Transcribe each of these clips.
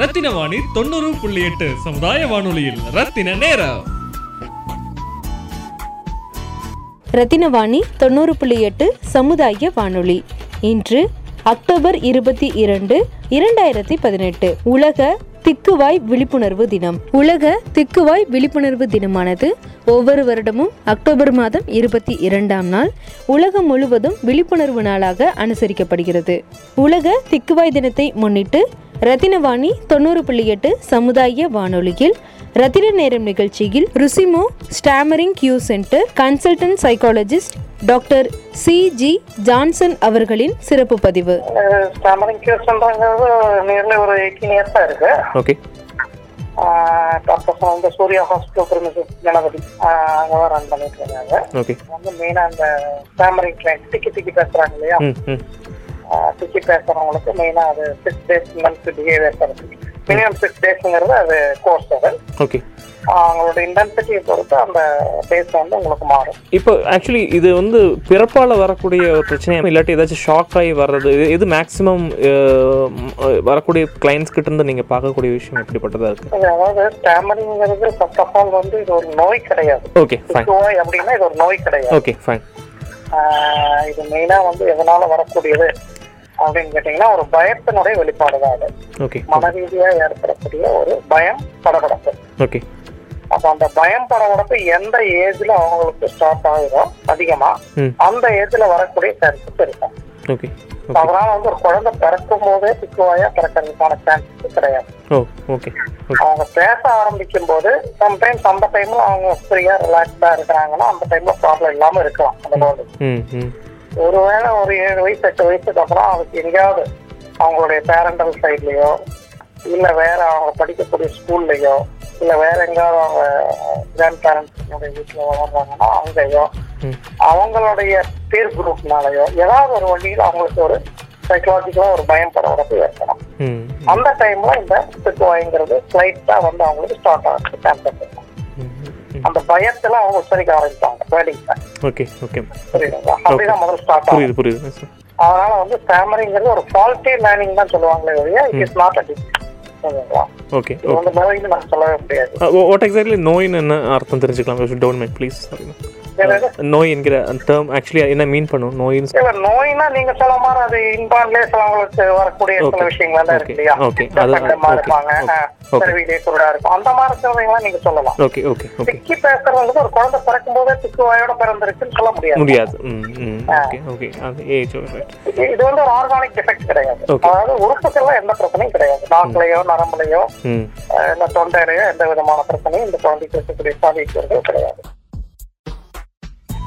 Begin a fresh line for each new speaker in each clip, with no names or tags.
ரத்தின வாணி தொண்ணூறு புள்ளி எட்டு சமுதாய வானொலியில் ரத்தின நேரம்
ரத்தினவாணி தொண்ணூறு புள்ளி எட்டு சமுதாய வானொலி இன்று அக்டோபர் இருபத்தி இரண்டு இரண்டாயிரத்தி பதினெட்டு உலக திக்குவாய் விழிப்புணர்வு தினம் உலக திக்குவாய் விழிப்புணர்வு தினமானது ஒவ்வொரு வருடமும் அக்டோபர் மாதம் இருபத்தி இரண்டாம் நாள் உலகம் முழுவதும் விழிப்புணர்வு நாளாக அனுசரிக்கப்படுகிறது உலக திக்குவாய் தினத்தை முன்னிட்டு ரத்தினவாணி தொண்ணூறு புள்ளி எட்டு சமுதாய வானொலியில் ரத்தின நேரம் நிகழ்ச்சியில் ருசிமோ stammering Q centre consultant psychologist doctor C G Johnson அவர்களின் சிறப்பு பதிவு
ஸ்டமரிங் கியூஸ்ன்றாங்கிறது நியர்லி ஒரு எயிட்டீன் இயர்ஸாக இருக்கு
ஓகே
டாக்டர் வந்து சூர்யா ஹாஸ்பிட்டல் பிரமிசஸ் கணபதி அங்கே தான் ரன் பண்ணிட்டு இருக்காங்க
ஓகே
வந்து மெயினாக அந்த ஸ்டாமரிங் ட்ரெயின் திக்கி திக்கி பேசுகிறாங்க இல்லையா
ம் ம்
ஆஹ் திக்கி பேசுகிறவங்களுக்கு மெயினாக அது சிக்ஸ் டேஸ் மந்த்ஸ் பிஹேவியர் தரது மினிமம் சிக்ஸ் டேஸுங்கிறது அது கோர்ஸ் அது
ஓகே
அவங்களோட இன்டென்சிட்டியை பொறுத்து அந்த டேஸ் வந்து உங்களுக்கு மாறும்
இப்போ ஆக்சுவலி இது வந்து பிறப்பால் வரக்கூடிய ஒரு பிரச்சனையா இல்லாட்டி ஏதாச்சும் ஷாக் ஆகி வர்றது இது- இது மேக்ஸிமம் வரக்கூடிய கிளைண்ட்ஸ் கிட்ட இருந்து நீங்கள் பார்க்கக்கூடிய விஷயம் எப்படிப்பட்டதாக இருக்குது
இது அதாவது ஸ்டாமரிங்கிறது ஃபர்ஸ்ட் ஆஃப் ஆல் வந்து இது ஒரு நோய் கிடையாது
ஓகே ஃபைன்
நோய் அப்படின்னா இது ஒரு நோய் கிடையாது
ஓகே ஃபைன்
ஆஹ் இது மெயினா வந்து எதனால வரக்கூடியது அப்படின்னு கேட்டீங்கன்னா ஒரு பயத்தினுடைய வெளிப்பாடு தான் அது
ஓகே
மனரீதியா ஏற்படக்கூடிய ஒரு பயம் படபடப்பு
ஓகே
அப்ப அந்த பயம் படபடப்பு எந்த ஏஜ்ல அவங்களுக்கு ஸ்டார்ட் ஆகுதோ அதிகமா
ம்
அந்த ஏஜ்ல வரக்கூடிய சான்சஸ் இருக்கும்
ஓகே
அப்ப அதனால வந்து ஒரு குழந்தை பிறக்கும் போதே சிக்குவாயா பிறக்கிறதுக்கான சான்சஸ் கிடையாது
ஓ ஓகே ஓகே
அவங்க பேச ஆரம்பிக்கும் போது சம்டைம்ஸ் அந்த டைம்ல அவங்க ஃப்ரீயா ரிலாக்ஸா இருக்கிறாங்கன்னா அந்த டைம்ல ப்ராப்ளம் இல்லாம இருக்கலாம் அந்த குழந்தை
ம் ம்
ஒருவேளை ஒரு ஏழு வயசு எட்டு வயசுக்கு அப்புறம் அவருக்கு எங்கேயாவது அவங்களுடைய பேரண்டல் சைட்லயோ இல்ல வேற அவங்க படிக்கக்கூடிய ஸ்கூல்லையோ இல்ல வேற எங்கேயாவது அவங்க கிராண்ட் பேரண்ட்ஸுடைய வீட்டில் வளர்றாங்கன்னா அங்கேயோ
ம்
அவங்களுடைய பேர் குரூப்னாலயோ ஏதாவது ஒரு வழியில் அவங்களுக்கு ஒரு சைக்கலாஜிக்கலாக ஒரு பயம் படவரப்பு ஏற்படும்
ம்
அந்த டைம்ல இந்த சிக்குவாய்ங்கிறது ஸ்லைட்டாக வந்து அவங்களுக்கு ஸ்டார்ட் ஆகுது சான்சஸ் இருக்கும் அந்த பயத்துல அவங்க உச்சரிக்க ஆரம்பிப்பாங்க வேடிக்கை
ஓகே ஓகே
புரியுதுங்களா அப்படிதான் முதல்ல ஸ்டார்ட் ஆகும்
புரியுது புரியுது சார்
அதனால வந்து ஸ்டாமரிங்கிறது ஒரு ஃபால்ட்டி லேர்னிங் தான் சொல்லுவாங்களே ஒழிய இட் இஸ் நாட் அ ஓகேங்களா
ஓகே
இது வந்து நோயின்னு நம்ம சொல்லவே முடியாது
வாட் எக்ஸாக்ட்லி நோயின்னு என்ன அர்த்தம் தெரிஞ்சுக்கலாம் டோன்ட் மைட் ப்ளீஸ் சாரி
வேற எது?
நோய் என்கிற அந்த டேர்ம் ஆக்சுவலி என்ன மீன் பண்ணும் நோயின்னு
இல்ல நோய்னா நீங்க சொல்ல மாதிரி அது இன்பான்லயே சிலவங்களுக்கு வரக்கூடிய சில
Okay.
விஷயங்கள் எல்லாம் இருக்கு
Okay.
இல்லையா
Okay. அது-
கண்டமா
okay.
இருப்பாங்க
Okay. Okay.
செருவிலே குருடா இருக்கும் அந்த மாதிரி இருக்கிறவங்களாம் நீங்க சொல்லலாம்
ஓகே ஓகே ஓகே
திக்கி பேசுறவங்களுக்கு ஒரு குழந்தை பிறக்கும் போதே திக்கு வாயோட பிறந்திருக்குன்னு சொல்ல முடியாது
முடியாது ம் ம் ஓகே ஓகே அது ஏஜ் ரைட்
இது வந்து ஒரு ஆர்கானிக் டிஃபெக்ட் கிடையாது
Okay. Mm.
அதாவது உறுப்புக்கெல்லாம் எந்த பிரச்சனையும் கிடையாது நாக்குலயோ நரம்புலயோ
ம்
அஹ் இந்த தொண்டையிலையோ எந்த விதமான பிரச்சனையும் இந்த குழந்தைக்கு இருக்கக்கூடிய பாதிப்பு கிடையாது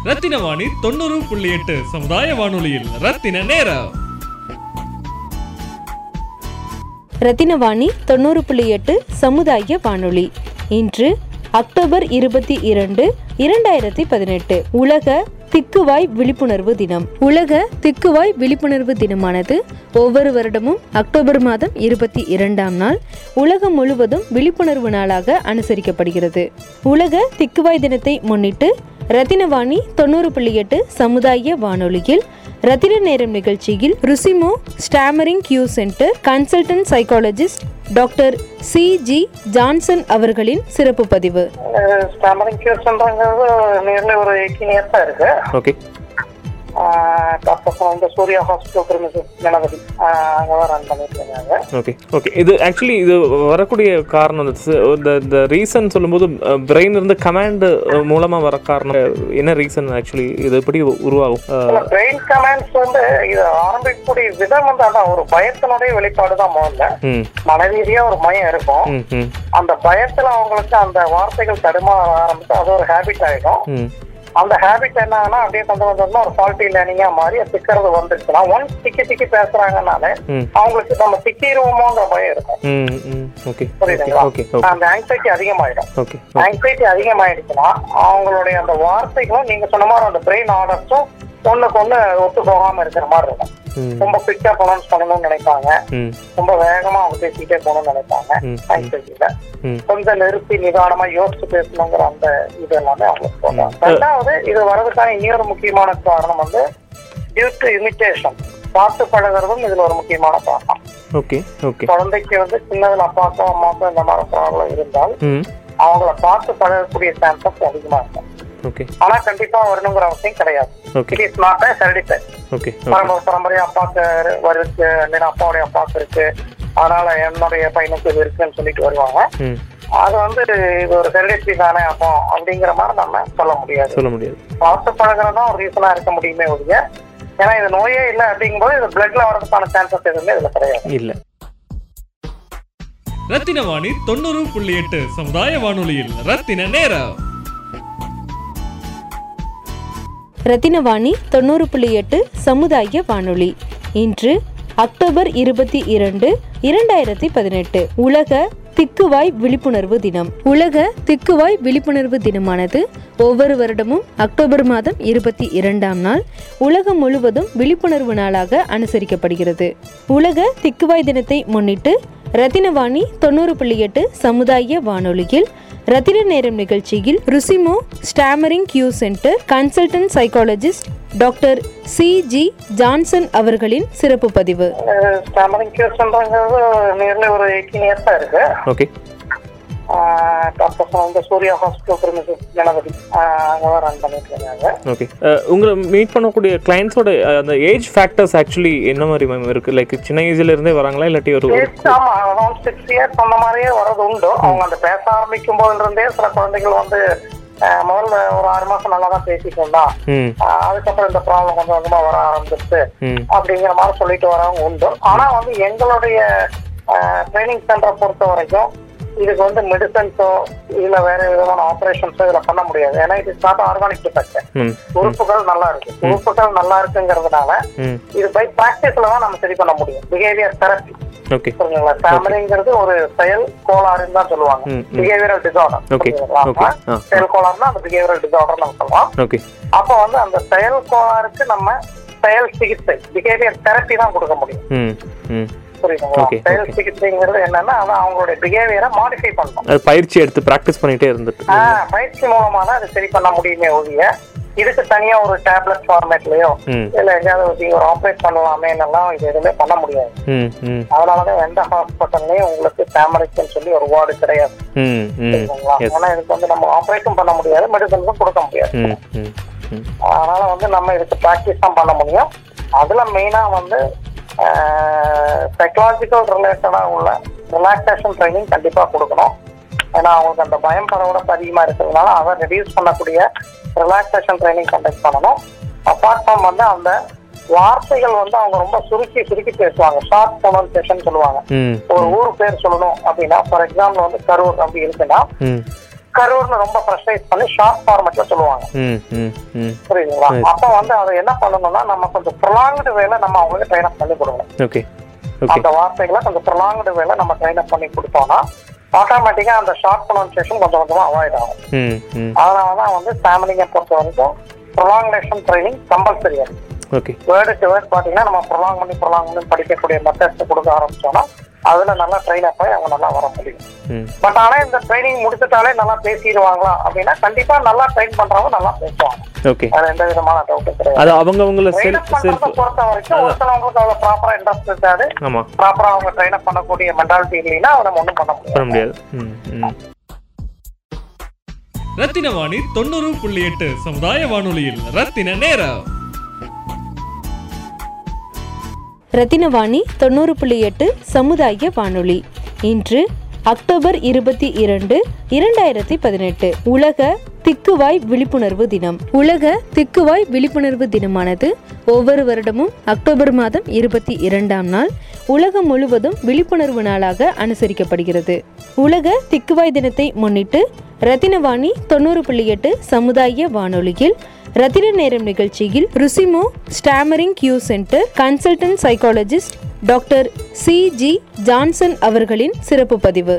ரத்தின வாணி தொண்ணூறு புள்ளி எட்டு சமுதாய வானொலியில் ரத்தின நேரம்
ரத்தினவாணி தொண்ணூறு புள்ளி எட்டு சமுதாய வானொலி இன்று அக்டோபர் இருபத்தி இரண்டு இரண்டாயிரத்தி பதினெட்டு உலக திக்குவாய் விழிப்புணர்வு தினம் உலக திக்குவாய் விழிப்புணர்வு தினமானது ஒவ்வொரு வருடமும் அக்டோபர் மாதம் இருபத்தி இரண்டாம் நாள் உலகம் முழுவதும் விழிப்புணர்வு நாளாக அனுசரிக்கப்படுகிறது உலக திக்குவாய் தினத்தை முன்னிட்டு ரத்தினவாணி தொண்ணூறு புள்ளி எட்டு சமுதாய வானொலியில் ரத்தின நேரம் நிகழ்ச்சியில் ருசிமோ stammering Q centre consultant psychologist doctor C G Johnson அவர்களின் சிறப்பு பதிவு
ஸ்டாமரிங் கியூஸ்ன்றாங்கிறது நியர்லி ஒரு எயிட்டீன் இயர்ஸாக இருக்கு
ஓகே
டாக்டர் வந்து சூர்யா ஹாஸ்பிட்டல் பிரமிசஸ் கணபதி அங்கே தான் ரன் பண்ணிட்டு இருக்காங்க
ஓகே ஓகே இது ஆக்சுவலி இது வரக்கூடிய காரணம் இந்த இந்த ரீசன் சொல்லும்போது பிரெயின் இருந்து கமாண்ட் மூலமாக வர காரணம் என்ன ரீசன் ஆக்சுவலி இது எப்படி உருவாகும்
இல்ல பிரெயின் கமாண்ட்ஸ் வந்து இது ஆரம்பிக்கக்கூடிய விதம் வந்து அதான் ஒரு பயத்தினுடைய வெளிப்பாடு தான் முதல்ல
ம்
மனரீதியா ஒரு பயம் இருக்கும்
ம் ம்
அந்த பயத்துல அவங்களுக்கு அந்த வார்த்தைகள் தடுமாற ஆரம்பிச்சு அது ஒரு ஹேபிட் ஆயிடும்
ம்
அந்த ஹேபிட் என்னன்னா அப்படியே கொஞ்சம் கொஞ்சம் ஒரு ஃபால்ட்டி லேர்னிங்கா மாறி அது திக்கிறது வந்துருச்சுன்னா ஒன்ஸ் திக்கி திக்கி பேசுறாங்கனாலே
ம்.
அவங்களுக்கு நம்ம திக்கிடுவோமோங்கிற பயம் இருக்கும்
ம் ம் ஓகே
புரியுதுங்களா
ஓகே ஓகே
அந்த ஆங்ஸைட்டி அதிகமாயிடும்
ஓகே
ஆங்ஸைட்டி அதிகமாயிடுச்சுன்னா அவங்களுடைய அந்த வார்த்தைகளும் நீங்க சொன்ன மாதிரி அந்த பிரெயின் ஆர்டர்ஸும் ஒண்ணுக்கு ஒண்ணு ஒத்து போகாம இருக்கிற மாதிரி இருக்கும்
ம்
ரொம்ப குவிக்கா ப்ரொனவுன்ஸ் பண்ணணும்னு நினைப்பாங்க
ம்
ரொம்ப வேகமா அவங்க பேசிக்கிட்டே போகணும்னு நினைப்பாங்க
ம்.
ஆங்ஸைட்டியில
ம்
கொஞ்சம் நிறுத்தி நிதானமா யோசிச்சு பேசணுங்கிற அந்த இது எல்லாமே அவங்களுக்கு போடுறாங்க ரெண்டாவது இது வர்றதுக்கான இன்னொரு முக்கியமான காரணம் வந்து டியூ டு இமிட்டேஷன் பார்த்து பழகுறதும் இதுல ஒரு முக்கியமான பாடம்
ஓகே ஓகே
குழந்தைக்கு வந்து சின்னதுல அப்பாக்கும் அம்மாக்கும் இந்த மாதிரி ப்ராப்ளம் இருந்தால்
ம்
அவங்கள பார்த்து பழகக்கூடிய சான்சஸ் அதிகமா இருக்கும்
ஓகே
ஆனா கண்டிப்பா வரணுங்கிற அவசியம் கிடையாது
Okay.
It is not hereditary
okay
பரம்பரை பரம்பரையா அப்பாவுக்கு வருது இல்லைன்னா அப்பாவுடைய அப்பாவுக்கு இருக்கு அதனால என்னுடைய பையனுக்கு இது இருக்குன்னு சொல்லிட்டு வருவாங்க
ம்
அது வந்து இது ஒரு ஹெரிடிட்டி தானே அப்போ அப்படிங்கிற மாதிரி நம்ம சொல்ல முடியாது
சொல்ல முடியாது
பார்த்து பழகிறதும் ஒரு ரீசனா இருக்க முடியுமே ஒழிய ஏன்னா இது நோயே இல்லை அப்படிங்கும்போது இது பிளட்ல வரதுக்கான சான்சஸ் எதுவுமே இதுல கிடையாது
இல்லை
ரத்தினவாணி தொண்ணூறு புள்ளி எட்டு சமுதாய வானொலியில் ரத்தின நேரம்
ரத்தினவாணி தொண்ணூறு புள்ளி எட்டு சமுதாய வானொலி இன்று அக்டோபர் இருபத்தி இரண்டு இரண்டாயிரத்தி பதினெட்டு உலக திக்குவாய் விழிப்புணர்வு தினம் உலக திக்குவாய் விழிப்புணர்வு தினமானது ஒவ்வொரு வருடமும் அக்டோபர் மாதம் இருபத்தி இரண்டாம் நாள் உலகம் முழுவதும் விழிப்புணர்வு நாளாக அனுசரிக்கப்படுகிறது உலக திக்குவாய் தினத்தை முன்னிட்டு ரத்தினவாணி தொண்ணூறு புள்ளி எட்டு சமுதாய வானொலியில் ரத்தின நேரம் நிகழ்ச்சியில் ருசிமோ stammering Q centre consultant psychologist doctor C G Johnson அவர்களின் சிறப்பு பதிவு
ஸ்டாமரிங் கியூஸ்ன்றது நியர்லி ஒரு எயிட்டீன் இயர்ஸா இருக்கு
ஓகே
டாக்டர் வந்து சூர்யா ஹாஸ்பிட்டல் பிரிமிசஸ் கணபதி அங்கே ரன் பண்ணிட்டு இருக்காங்க
ஓகே Uh, உங்களை மீட் பண்ணக்கூடிய கிளைண்ட்ஸோட அந்த ஏஜ் ஃபேக்டர்ஸ் ஆக்சுவலி என்ன மாதிரி மேம் இருக்குது லைக் சின்ன ஏஜ்ல இருந்தே வராங்களா இல்லாட்டி ஒரு ஒரு-
Yes, ஆமா அரௌண்ட் சிக்ஸ் இயர்ஸ் அந்த மாதிரியே வர்றது உண்டு அவங்க அந்த பேச ஆரம்பிக்கும் போதுலேருந்தே சில குழந்தைகள் வந்து அஹ், முதல்ல ஒரு ஆறு மாசம் நல்லா தான் பேசிட்டு இருந்தா
ம்
அஹ், அதுக்கப்புறம் இந்த ப்ராப்ளம் கொஞ்சம் கொஞ்சமா வர ஆரம்பிச்சிருச்சு
ம்
அப்படிங்கிற மாதிரி சொல்லிட்டு வரவங்க உண்டு ஆனா வந்து எங்களுடைய ட்ரைனிங் சென்டரை பொறுத்த வரைக்கும் இதுக்கு வந்து மெடிசன்ஸோ இல்ல வேற விதமான ஆப்ரேஷன்ஸோ இதுல பண்ண முடியாது ஏன்னா இது நாட் ஆர்கானிக் டிஃபெக்ட்
ம்
உறுப்புகள் நல்லா இருக்கு உறுப்புகள் நல்லா இருக்குங்கிறதுனால
ம்
இது பை பிராக்டிஸ்ல தான் நம்ம சரி பண்ண முடியும் பிஹேவியர் தெரப்பி
ஓகே
புரியுதுங்களா ஃபேமிலிங்கிறது ஒரு செயல் கோளாறுன்னு தான் சொல்லுவாங்க
ம், ம்.
பிஹேவியரல் டிசார்டர்
Okay, okay, ஆ.
செயல் கோளாறுனா அந்த பிஹேவியரல் டிசார்டர் நம்ம சொல்லுவோம்
ஓகே
அப்போ வந்து அந்த செயல் கோளாறுக்கு நம்ம செயல் சிகிச்சை பிஹேவியர் தெரப்பி தான் கொடுக்க முடியும்
ம் ம்
புரியுதுங்களா
Okay,
செயல்
okay.
சிகிச்சைங்கிறது என்னன்னா அதான் அவங்களுடைய பிஹேவியரை மாடிஃபை பண்ணணும்
அது பயிற்சி எடுத்து ப்ராக்டிஸ் பண்ணிகிட்டே இருந்துட்டு
ஆ, பயிற்சி மூலமா தான் அதை சரி பண்ண முடியுமே ஒழிய இதுக்கு தனியா ஒரு டேப்லெட் ஃபார்மேட்லயோ
ம்
இல்ல எங்கேயாவது ஊத்தி ஒரு ஆப்ரேட் பண்ணலாமே எல்லாம் இது எதுவுமே பண்ண முடியாது
ம் ம்
அதனாலதான் எந்த ஹாஸ்பிட்டல்லயும் உங்களுக்கு டேமரிக்குன்னு சொல்லி ஒரு வார்டு கிடையாது
ம் ம்
சரிங்களா?
எஸ்
ஏன்னா இதுக்கு வந்து நம்ம ஆப்ரேட்டும் பண்ண முடியாது மெடிசன்ஸும் கொடுக்க முடியாது
ம் ம் ம்
அதனால வந்து நம்ம இதுக்கு ப்ராக்டிஸ் தான் பண்ண முடியும் அதுல மெயினா வந்து சைக்கலாஜிக்கல் ரிலேட்டடா உள்ள ரிலாக்ஸேஷன் ட்ரைனிங் கண்டிப்பா கொடுக்கணும் ஏன்னா அவங்களுக்கு அந்த பயம் பரவடப்பு அதிகமா இருக்கிறதுனால அதை ரெடியூஸ் பண்ணக்கூடிய ரிலாக்ஸேஷன் ட்ரைனிங் கண்டக்ட் பண்ணணும் அப்பார்ட் ஃப்ரம் வந்து அந்த வார்த்தைகள் வந்து அவங்க ரொம்ப சுருக்கி சுருக்கி பேசுவாங்க ஷார்ட் ப்ரொனன்சியேஷன் சொல்லுவாங்க
ம்
ஒரு ஊர் பேர் சொல்லணும் அப்படின்னா ஃபார் எக்ஸாம்பிள் வந்து கரூர் அப்படி இருக்குன்னா
ம்
கரூர்னு ரொம்ப ப்ரெஷரைஸ் பண்ணி ஷார்ட் ஃபார்மேட்ல சொல்லுவாங்க
ம் ம் ம்
புரியுதுங்களா
Right.
அப்ப வந்து அதை என்ன பண்ணணும்னா நம்ம கொஞ்சம் ப்ரொலாங்டு வேலை நம்ம அவங்களுக்கு ட்ரைன் அப் பண்ணி கொடுக்கணும்
ஓகே ஓகே
அந்த வார்த்தைகளை கொஞ்சம் ப்ரொலாங்டு வேலை நம்ம ட்ரைன் அப் பண்ணி கொடுத்தோம்னா ஆட்டோமேட்டிக்கா அந்த ஷார்ட் ப்ரொனன்சியேஷன் கொஞ்சம் கொஞ்சமா அவாய்ட் ஆகும்
ம் ம்
அதனாலதான் வந்து ஃபேமிலிங்க பொறுத்த வரைக்கும் ப்ரொலாங்கேஷன் ட்ரைனிங் கம்பல்சரியா இருக்கு
ஓகே
வேர்டுக்கு வேர்ட் பாத்தீங்கன்னா நம்ம ப்ரொலாங் பண்ணி ப்ரொலாங் பண்ணி படிக்கக்கூடிய மெத்தட்ஸ் கொடுக்க ஆரம்பிச்சோம்னா அதுல நல்லா ட்ரைன் அப் ஆகி அவங்க நல்லா வர முடியும்
ம்
பட் ஆனா இந்த ட்ரைனிங் முடிச்சுட்டாலே நல்லா பேசிடுவாங்களா அப்படின்னா கண்டிப்பா நல்லா ட்ரைன் பண்றவங்க நல்லா பேசுவாங்க
ஓகே
வேற எந்த விதமான டவுட்டும் கிடையாது
அது அவங்க அவங்கள
ட்ரெயின் அப் பண்றத
செல்ஃப் செல்ஃப்
பொறுத்த வரைக்கும் ஒருத்தவங்களுக்கு அவ்வளவு ப்ராப்பரா இன்ட்ரெஸ்ட் இருக்காது
ஆமாம்
ப்ராப்பரா அவங்க ட்ரெயின் அப் பண்ணக்கூடிய மென்டாலிட்டி இல்லைன்னா அதை நம்ம ஒண்ணும் பண்ண முடியாது
பண்ண முடியாது ம் ம்
ரத்தினவாணி தொண்ணூறு புள்ளி எட்டு சமுதாய வானொலியில் ரத்தின நேரம்
ரத்தினவாணி தொண்ணூறு புள்ளி எட்டு சமுதாய வானொலி இன்று அக்டோபர் இருபத்தி இரண்டு இரண்டாயிரத்தி பதினெட்டு உலக திக்குவாய் விழிப்புணர்வு தினம் உலக திக்குவாய் விழிப்புணர்வு தினமானது ஒவ்வொரு வருடமும் அக்டோபர் மாதம் இருபத்தி இரண்டாம் நாள் உலகம் முழுவதும் விழிப்புணர்வு நாளாக அனுசரிக்கப்படுகிறது உலக திக்குவாய் தினத்தை முன்னிட்டு ரத்தினவாணி தொண்ணூறு புள்ளி எட்டு சமுதாய வானொலியில் ரத்தின நேரம் நிகழ்ச்சியில் ருசிமோ stammering Q centre consultant psychologist doctor C G Johnson அவர்களின் சிறப்பு பதிவு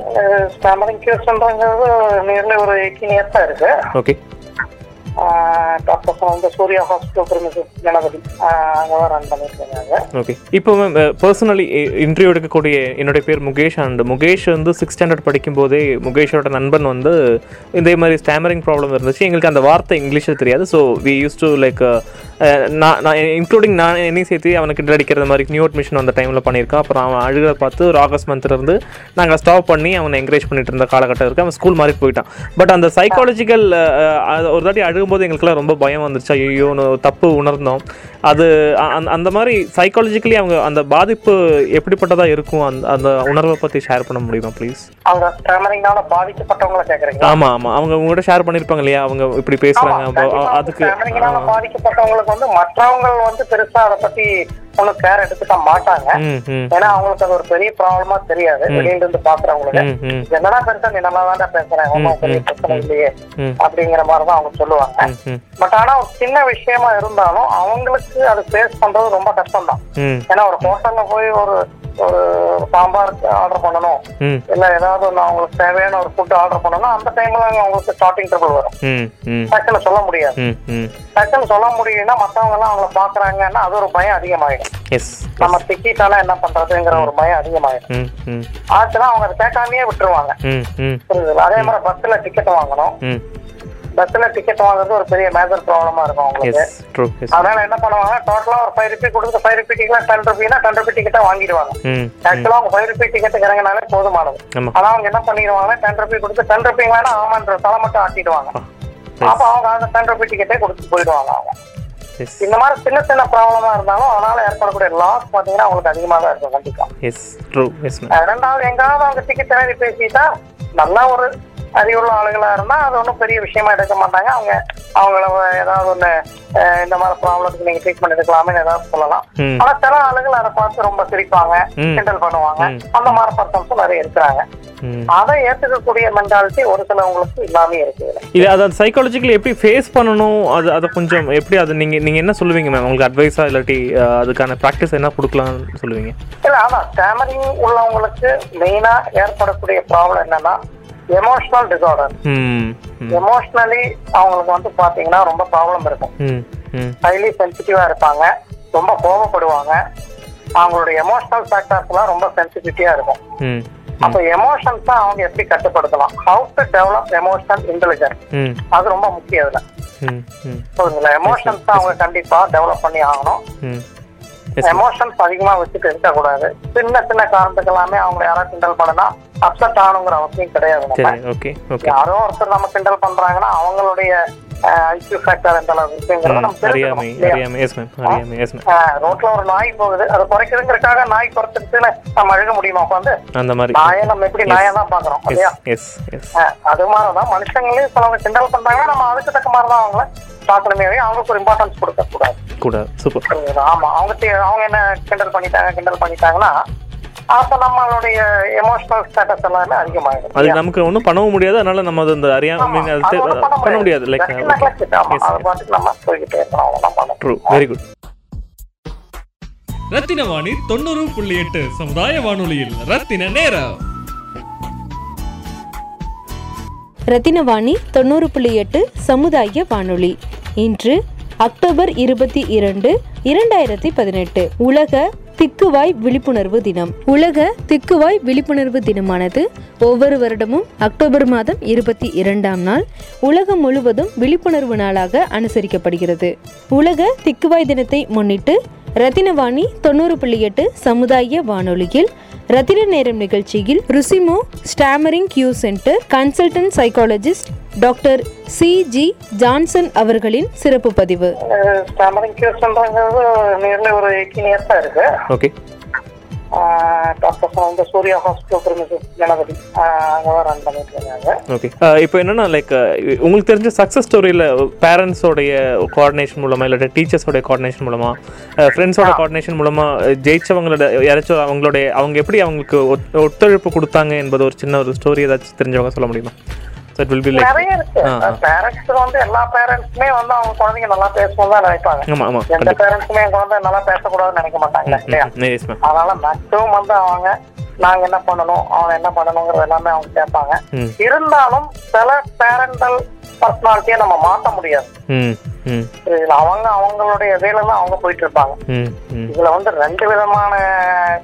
ஸ்டாமரிங் கியூஸ்ன்றது நியர்லி ஒரு எயிட்டீன் இயர்ஸா இருக்கு
ஓகே
டாக்டர் வந்து சூர்யா ஹாஸ்பிட்டல் திருமணம் கணபதி அங்கே தான் ரன் பண்ணியிருக்காங்க
ஓகே இப்போ uh, மேம் பர்சனலி இன்டர்வியூ எடுக்கக்கூடிய என்னுடைய பேர் முகேஷ் அண்ட் முகேஷ் வந்து சிக்ஸ் ஸ்டாண்டர்ட் படிக்கும்போதே முகேஷோட நண்பன் வந்து இதே மாதிரி ஸ்டாமரிங் ப்ராப்ளம் இருந்துச்சு எங்களுக்கு அந்த வார்த்தை இங்கிலீஷில் தெரியாது so we use to like நான் நான் இன்க்ளூடிங் நான் என்னையும் சேர்த்து அவனுக்கு கிட்ட அடிக்கிற மாதிரி நியூ அட்மிஷன் அந்த டைமில் பண்ணியிருக்கான் அப்புறம் அவன் அழுகிற பார்த்து ஒரு ஆகஸ்ட் மந்த்லேருந்து நாங்கள் ஸ்டாப் பண்ணி அவனை என்கரேஜ் பண்ணிட்டு இருந்த காலகட்டம் இருக்குது அவன் ஸ்கூல் மாதிரி போயிட்டான் பட் அந்த சைக்காலஜிக்கல் ஒரு தாட்டி அழுகும்போது எங்களுக்குலாம் ரொம்ப பயம் வந்துருச்சு ஐயோ தப்பு உணர்ந்தோம் அது அ- அந்த- அந்த மாதிரி சைக்காலஜிக்கலி அவங்க அந்த பாதிப்பு எப்படிப்பட்டதாக இருக்கும் அந்த அந்த உணர்வை பற்றி ஷேர் பண்ண முடியுமா ப்ளீஸ்
அவங்க ஸ்டாமரிங்னால பாதிக்கப்பட்டவங்கள கேக்குறீங்க
ஆமாம் ஆமாம் அவங்க உங்கள்கிட்ட ஷேர் பண்ணியிருப்பாங்க இல்லையா அவங்க இப்படி பேசுகிறாங்க அதுக்கு
ஸ்டாமரிங்னால பாதிக்கப்பட்டவங்களுக்கு வந்து மற்றவங்க வந்து பெருசா அதை பத்தி ஒன்றும் கேர் எடுத்துக்க மாட்டாங்க
ம் ம்
ஏன்னா அவங்களுக்கு அது ஒரு பெரிய ப்ராப்ளமா தெரியாது வெளியில இருந்து பாக்குறவங்களுக்கு
ம் ம்
என்னடா பெருசா நீ நல்லா தான் பேசுறேன் ஒன்றும் பெரிய பிரச்சனை இல்லையே
ம்.
அப்படிங்கிற மாதிரி தான் அவங்க சொல்லுவாங்க
ம்
பட் ஆனா ஒரு சின்ன விஷயமா இருந்தாலும் அவங்களுக்கு அது ஃபேஸ் பண்றது ரொம்ப கஷ்டம் தான்
ம்
ஏன்னா ஒரு ஹோட்டல்ல போய் ஒரு ஒரு சாம்பார் ஆர்டர் பண்ணணும்
ம்
இல்ல ஏதாவது ஒண்ணு அவங்களுக்கு தேவையான ஒரு ஃபுட் ஆர்டர் பண்ணணும் அந்த டைம்ல அவங்களுக்கு ஸ்டார்டிங் ட்ரபிள் வரும்
ம் ம்
டக்குன்னு சொல்ல முடியாது
ம் ம்
டக்குன்னு சொல்ல முடியும்னா மத்தவங்க எல்லாம் அவங்கள பாக்குறாங்கன்னா அது ஒரு பயம் அதிகமாயிடும்
எஸ்
நம்ம சிக்கிட்டாலும் என்ன பண்றதுங்கிற ஒரு பயம் அதிகமாயிடும்
ம் ம்
ஆச்சுன்னா அவங்க அதை கேட்காமயே விட்டுருவாங்க
ம் ம்
புரியுதுல அதே மாதிரி பஸ்ல டிக்கெட் வாங்கணும்
ம்
பஸ்ல டிக்கெட் வாங்குறது ஒரு பெரிய மேஜர் ப்ராப்ளமா இருக்கும் அவங்களுக்கு
எஸ் ட்ரூ எஸ்
அதனால என்ன பண்ணுவாங்க டோட்டலா ஒரு ஃபைவ் ருபி கொடுத்து ஃபைவ் ருபி டிக்கெட் டென் ருபினா டென் ருபி டிக்கெட்டா வாங்கிடுவாங்க
ம்
ஆக்சுவலா அவங்க ஃபைவ் ருபி டிக்கெட் இறங்கினாலே போதுமானது
ஆமா.
ஆனா அவங்க என்ன பண்ணிடுவாங்க டென் ருபி கொடுத்து டென் ருபி வேணா ஆமான்ற தலை மட்டும் ஆட்டிடுவாங்க அப்ப அவங்க அந்த டென் ருபி டிக்கெட்டே கொடுத்து போயிடுவாங்க அவங்க
எஸ்
இந்த மாதிரி சின்ன சின்ன ப்ராப்ளமா இருந்தாலும் அதனால ஏற்படக்கூடிய லாஸ் பாத்தீங்கன்னா அவங்களுக்கு அதிகமா தான் இருக்கும் கண்டிப்பா
yes true yes ma'am
ah ரெண்டாவது எங்காவது அவங்க டிக்கெட் தேடி பேசிட்டா நல்லா ஒரு அறிவுள்ள ஆளுகளா இருந்தா அது ஒன்றும் பெரிய விஷயமா எடுக்க மாட்டாங்க அவங்க அவங்கள ஏதாவது ஒண்ணு அஹ் இந்த மாதிரி ப்ராப்ளத்துக்கு நீங்க ட்ரீட்மெண்ட் எடுக்கலாம்னு ஏதாவது சொல்லலாம்
ம்.
ஆனா சில ஆளுகள் அதை பார்த்து ரொம்ப சிரிப்பாங்க
ம்.
கிண்டல் பண்ணுவாங்க
ம்.
அந்த மாதிரி பர்சன்ஸும் நிறைய இருக்கிறாங்க
ம்
அதை ஏத்துக்கக்கூடிய மென்டாலிட்டி ஒரு சிலவங்களுக்கு இல்லாமே இருக்கு இதுல.
இது அதை சைக்காலஜிக்கலி எப்படி ஃபேஸ் பண்ணணும் அது அதை கொஞ்சம் எப்படி அது நீங்கள் நீங்கள் என்ன சொல்லுவீங்க மேம் உங்களுக்கு அட்வைஸாக இல்லாட்டி அஹ், அதுக்கான ப்ராக்டிஸ் என்ன கொடுக்கலாம்னு சொல்லுவீங்க
இல்ல ஆமா ஸ்டாமரிங் உள்ளவங்களுக்கு மெயினா ஏற்படக்கூடிய ப்ராப்ளம் என்னன்னா எமோஷனல் டிசார்டர்
ம் ம்
எமோஷனலி அவங்களுக்கு வந்து பாத்தீங்கன்னா ரொம்ப ப்ராப்ளம் இருக்கும்
ம் ம்
ஹைலி சென்சிட்டிவா இருப்பாங்க ரொம்ப கோபப்படுவாங்க அவங்களுடைய எமோஷனல் ஃபேக்டர்ஸ்லாம் ரொம்ப சென்சிட்டிவிட்டியா இருக்கும்
ம்
அப்ப எமோஷன்ஸ் தான் அவங்க எப்படி கட்டுப்படுத்தலாம் how to develop emotional intelligence
ம்
அது ரொம்ப முக்கியம் இதுல
ம் ம்
புரியுதுங்களா எமோஷன்ஸ் தான் அவங்க கண்டிப்பா டெவலப் பண்ணி ஆகணும்
ம் எஸ்
எமோஷன்ஸ் அதிகமா வச்சுட்டு இருக்கக்கூடாது சின்ன சின்ன காரணத்துக்கு எல்லாமே அவங்க யாராவது கிண்டல் பண்ணனா அப்செட் ஆகணுங்கிற அவசியம் கிடையாது நம்ம
சரி ஓகே ஓகே
யாரோ ஒருத்தர் நம்ம கிண்டல் பண்றாங்கன்னா அவங்களுடைய ஐக்யூ ஃபேக்டர் எந்த அளவுக்கு இருக்குங்கிறத நம்ம
அறியாமை
தெரிஞ்சுக்கணும் இல்லையா?
அறியாமை எஸ் மேம் அறியாமை எஸ் மேம்
ஆஹ் ரோட்ல ஒரு நாய் போகுது அதை குறைக்கிறதுங்கிறதுக்காக நாய் குறைச்சிருச்சுன்னு நம்ம அழுக முடியுமா உட்காந்து
அந்த மாதிரி
நாயை நம்ம எப்படி நாயா தான் பாக்குறோம் இல்லையா
எஸ் எஸ் எஸ்
ஆஹ் அது மாதிரிதான் மனுஷங்களையும் சிலவங்க கிண்டல் பண்றாங்கன்னா நம்ம அதுக்கு தக்க மாதிரி தான் அவங்கள சாப்பிடமே அவங்களுக்கு ஒரு இம்பார்ட்டன்ஸ் கொடுக்க கூடாது
கூட சூப்பர்
புரியுதா? ஆமா அவங்க தே- அவங்க என்ன கிண்டல் பண்ணிட்டாங்க கிண்டல் பண்ணிட்டாங்கன்னா அப்ப நம்மளுடைய எமோஷனல் ஸ்டேட்டஸ் எல்லாமே அதிகமாயிடும்
அது நமக்கு ஒன்றும் பண்ணவும் முடியாது அதனால நம்ம அது அந்த அறியாமை அது
அது
தெ-
ஒண்ணும்
பண்ண முடியாது லைக்
Just neglect. ஆமா, அது பாட்டுக்கு நம்ம போய்கிட்டே இருக்கணும் அவ்வளவுதான் பண்ணணும்
ட்ரூ வெரி குட்
ரத்தினவாணி தொண்ணூறு புள்ளி எட்டு சமுதாய வானொலியில் ரத்தின நேரம்
ரத்தினவாணி தொண்ணூறு புள்ளி எட்டு சமுதாய வானொலி இன்று அக்டோபர் இருபத்தி இரண்டு இரண்டாயிரத்தி பதினெட்டு உலக திக்குவாய் விழிப்புணர்வு தினம் உலக திக்குவாய் விழிப்புணர்வு தினமானது ஒவ்வொரு வருடமும் அக்டோபர் மாதம் இருபத்தி இரண்டாம் நாள் உலகம் முழுவதும் விழிப்புணர்வு நாளாக அனுசரிக்கப்படுகிறது உலக திக்குவாய் தினத்தை முன்னிட்டு ரத்தினவாணி தொண்ணூறு புள்ளி எட்டு சமுதாய வானொலியில் ரத்தின நேரம் நிகழ்ச்சியில் ருசிமோ stammering Q centre consultant psychologist doctor C G Johnson அவர்களின் சிறப்பு பதிவு
ஸ்டாமரிங் கியூஸ்ன்றது நியர்லி ஒரு எயிட்டீன் இயர்ஸா இருக்கு
ஓகே
டாக்டர் வந்து சூர்யா ஹாஸ்பிட்டல் பிரிமிசஸ் கணபதி அங்கே தான் ரன் பண்ணிட்டு இருக்காங்க
ஓகே Uh, இப்போ என்னன்னா லைக் உங்களுக்கு தெரிஞ்ச சக்ஸஸ் ஸ்டோரியில் பேரண்ட்ஸோடைய கோஆர்டினேஷன் மூலமா இல்லாட்டி டீச்சர்ஸோடைய கோஆர்டினேஷன் மூலமா ஃப்ரெண்ட்ஸோட கோஆர்டினேஷன் மூலமா அஹ், ஜெயிச்சவங்களோட யாராச்சும் அவங்களுடைய அவங்க எப்படி அவங்களுக்கு ஒத்- ஒத்துழைப்பு கொடுத்தாங்க என்பது ஒரு சின்ன ஒரு ஸ்டோரி ஏதாச்சும் தெரிஞ்சவங்க சொல்ல முடியுமா so it will be like
நிறைய இருக்கு
ஆ, ஆ.
பேரண்ட்ஸ் வந்து எல்லா பேரண்ட்ஸுமே வந்து அவங்க குழந்தைங்க நல்லா பேசணும் தான் நினைப்பாங்க
ஆமாம் ஆமாம்
எந்த பேரண்ட்ஸுமே என் குழந்தை நல்லா பேசக்கூடாதுன்னு நினைக்க மாட்டாங்க இல்லையா
கண்டிப்பாக எஸ் மேம்
அதனால மேக்ஸிமம் வந்து அவங்க நாங்க என்ன பண்ணணும் அவன் என்ன பண்ணணுங்கிறது எல்லாமே அவங்க கேட்பாங்க
ம்.
இருந்தாலும் சில பேரண்டல் பர்சனாலிட்டியை நம்ம மாத்த முடியாது
ம் ம்
இதுல அவங்க அவங்களுடைய இதையில தான் அவங்க போயிட்டு இருப்பாங்க
ம் ம்
இதுல வந்து ரெண்டு விதமான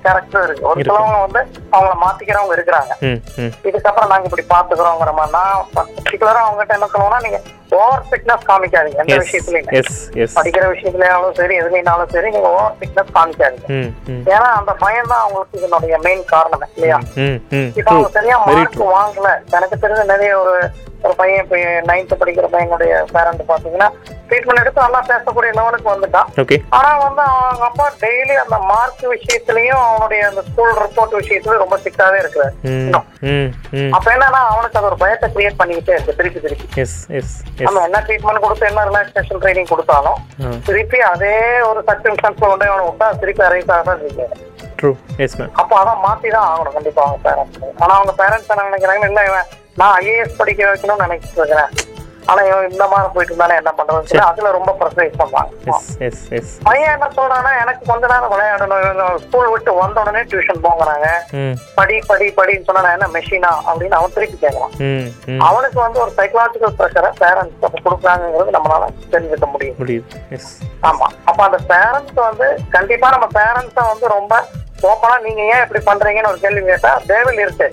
கேரக்டர் இருக்கு ஒரு
இருக்கு.
சிலவங்க வந்து அவங்கள மாத்திக்கிறவங்க இருக்கிறாங்க
ம் ம்
இதுக்கப்புறம் நாங்க இப்படி பாத்துக்கிறோங்கிற மாதிரி நான் பர்டிகுலரா அவங்ககிட்ட என்ன சொல்லுவோம்னா நீங்க ஓவர் ஃபிட்னஸ் காமிக்காதீங்க எந்த
எஸ்
விஷயத்துலயும்
எஸ் எஸ்
படிக்கிற விஷயத்துலயாலும் சரி எதுலனாலும் சரி நீங்க ஓவர் ஃபிட்னஸ் காமிக்காதீங்க
ம் ம்
ஏன்னா அந்த பயம் தான் அவங்களுக்கு இதனுடைய மெயின் காரணம் இல்லையா
ம் ம்
இப்ப
ட்ரூ
அவங்க சரியா
வெரி
மார்க்
ட்ரூ
வாங்கல எனக்கு தெரிஞ்ச நிறைய ஒரு ஒரு பையன் இப்ப நைன்த் படிக்கிற பையனுடைய பேரண்ட் பாத்தீங்கன்னா ட்ரீட்மெண்ட் எடுத்து நல்லா பேசக்கூடிய லெவலுக்கு வந்துட்டான்
ஓகே
ஆனா வந்து அவங்க அப்பா டெய்லி அந்த மார்க் விஷயத்துலயும் அவனுடைய அந்த ஸ்கூல் ரிப்போர்ட் விஷயத்துலயும் ரொம்ப ஸ்ட்ரிக்டாவே இருக்கிறாரு
ம் ம் ம்
அப்ப என்னன்னா அவனுக்கு அது ஒரு பயத்தை கிரியேட் பண்ணிக்கிட்டே இருக்கு திருப்பி திருப்பி
எஸ் எஸ் எஸ்
நம்ம என்ன ட்ரீட்மெண்ட் கொடுத்து என்ன ரிலாக்ஸேஷன் ட்ரைனிங் கொடுத்தாலும்
ஆ
திருப்பி அதே ஒரு சர்க்கிம்ஸ்டான்ஸ்ல கொண்டு அவனை விட்டா திருப்பி அரைஸ் ஆகாதான் இருக்கு
ட்ரூ எஸ் மேம்
அப்போ அதான் மாத்தி தான் ஆகணும் கண்டிப்பா அவங்க பேரண்ட்ஸ் ஆனா அவங்க பேரண்ட்ஸ் என்ன நினைக்கிறாங்க இல்ல இவன் நான் ஐஏஎஸ் படிக்க வைக்கணும்னு நினைச்சிட்டு இருக்கிறேன் ஆனா இவன் இந்த மாதிரி போயிட்டு இருந்தானே என்ன பண்றதுன்னு சொல்லி அதுல ரொம்ப ப்ரெசைஸ் பண்ணாங்க
எஸ் எஸ் எஸ்
பையன் என்ன சொல்றான்னா எனக்கு கொஞ்ச நேரம் விளையாடணும் ஸ்கூல் விட்டு வந்த உடனே டியூஷன் போங்கிறாங்க
ம்
படி படி படின்னு சொன்னா நான் என்ன மெஷினா அப்படின்னு அவன் திருப்பி கேட்கலாம்
ம் ம்
அவனுக்கு வந்து ஒரு சைக்கலாஜிக்கல் ப்ரெஷரை பேரண்ட்ஸ் அப்ப கொடுக்குறாங்கிறது நம்மளால தெரிஞ்சுக்க முடியும்
முடியுது எஸ்
ஆமா அப்ப அந்த பேரண்ட்ஸ் வந்து கண்டிப்பா நம்ம பேரண்ட்ஸ வந்து ரொம்ப ஓப்பனா நீங்க ஏன் இப்படி பண்றீங்கன்னு ஒரு கேள்வி கேட்டா தேவில் இருக்கு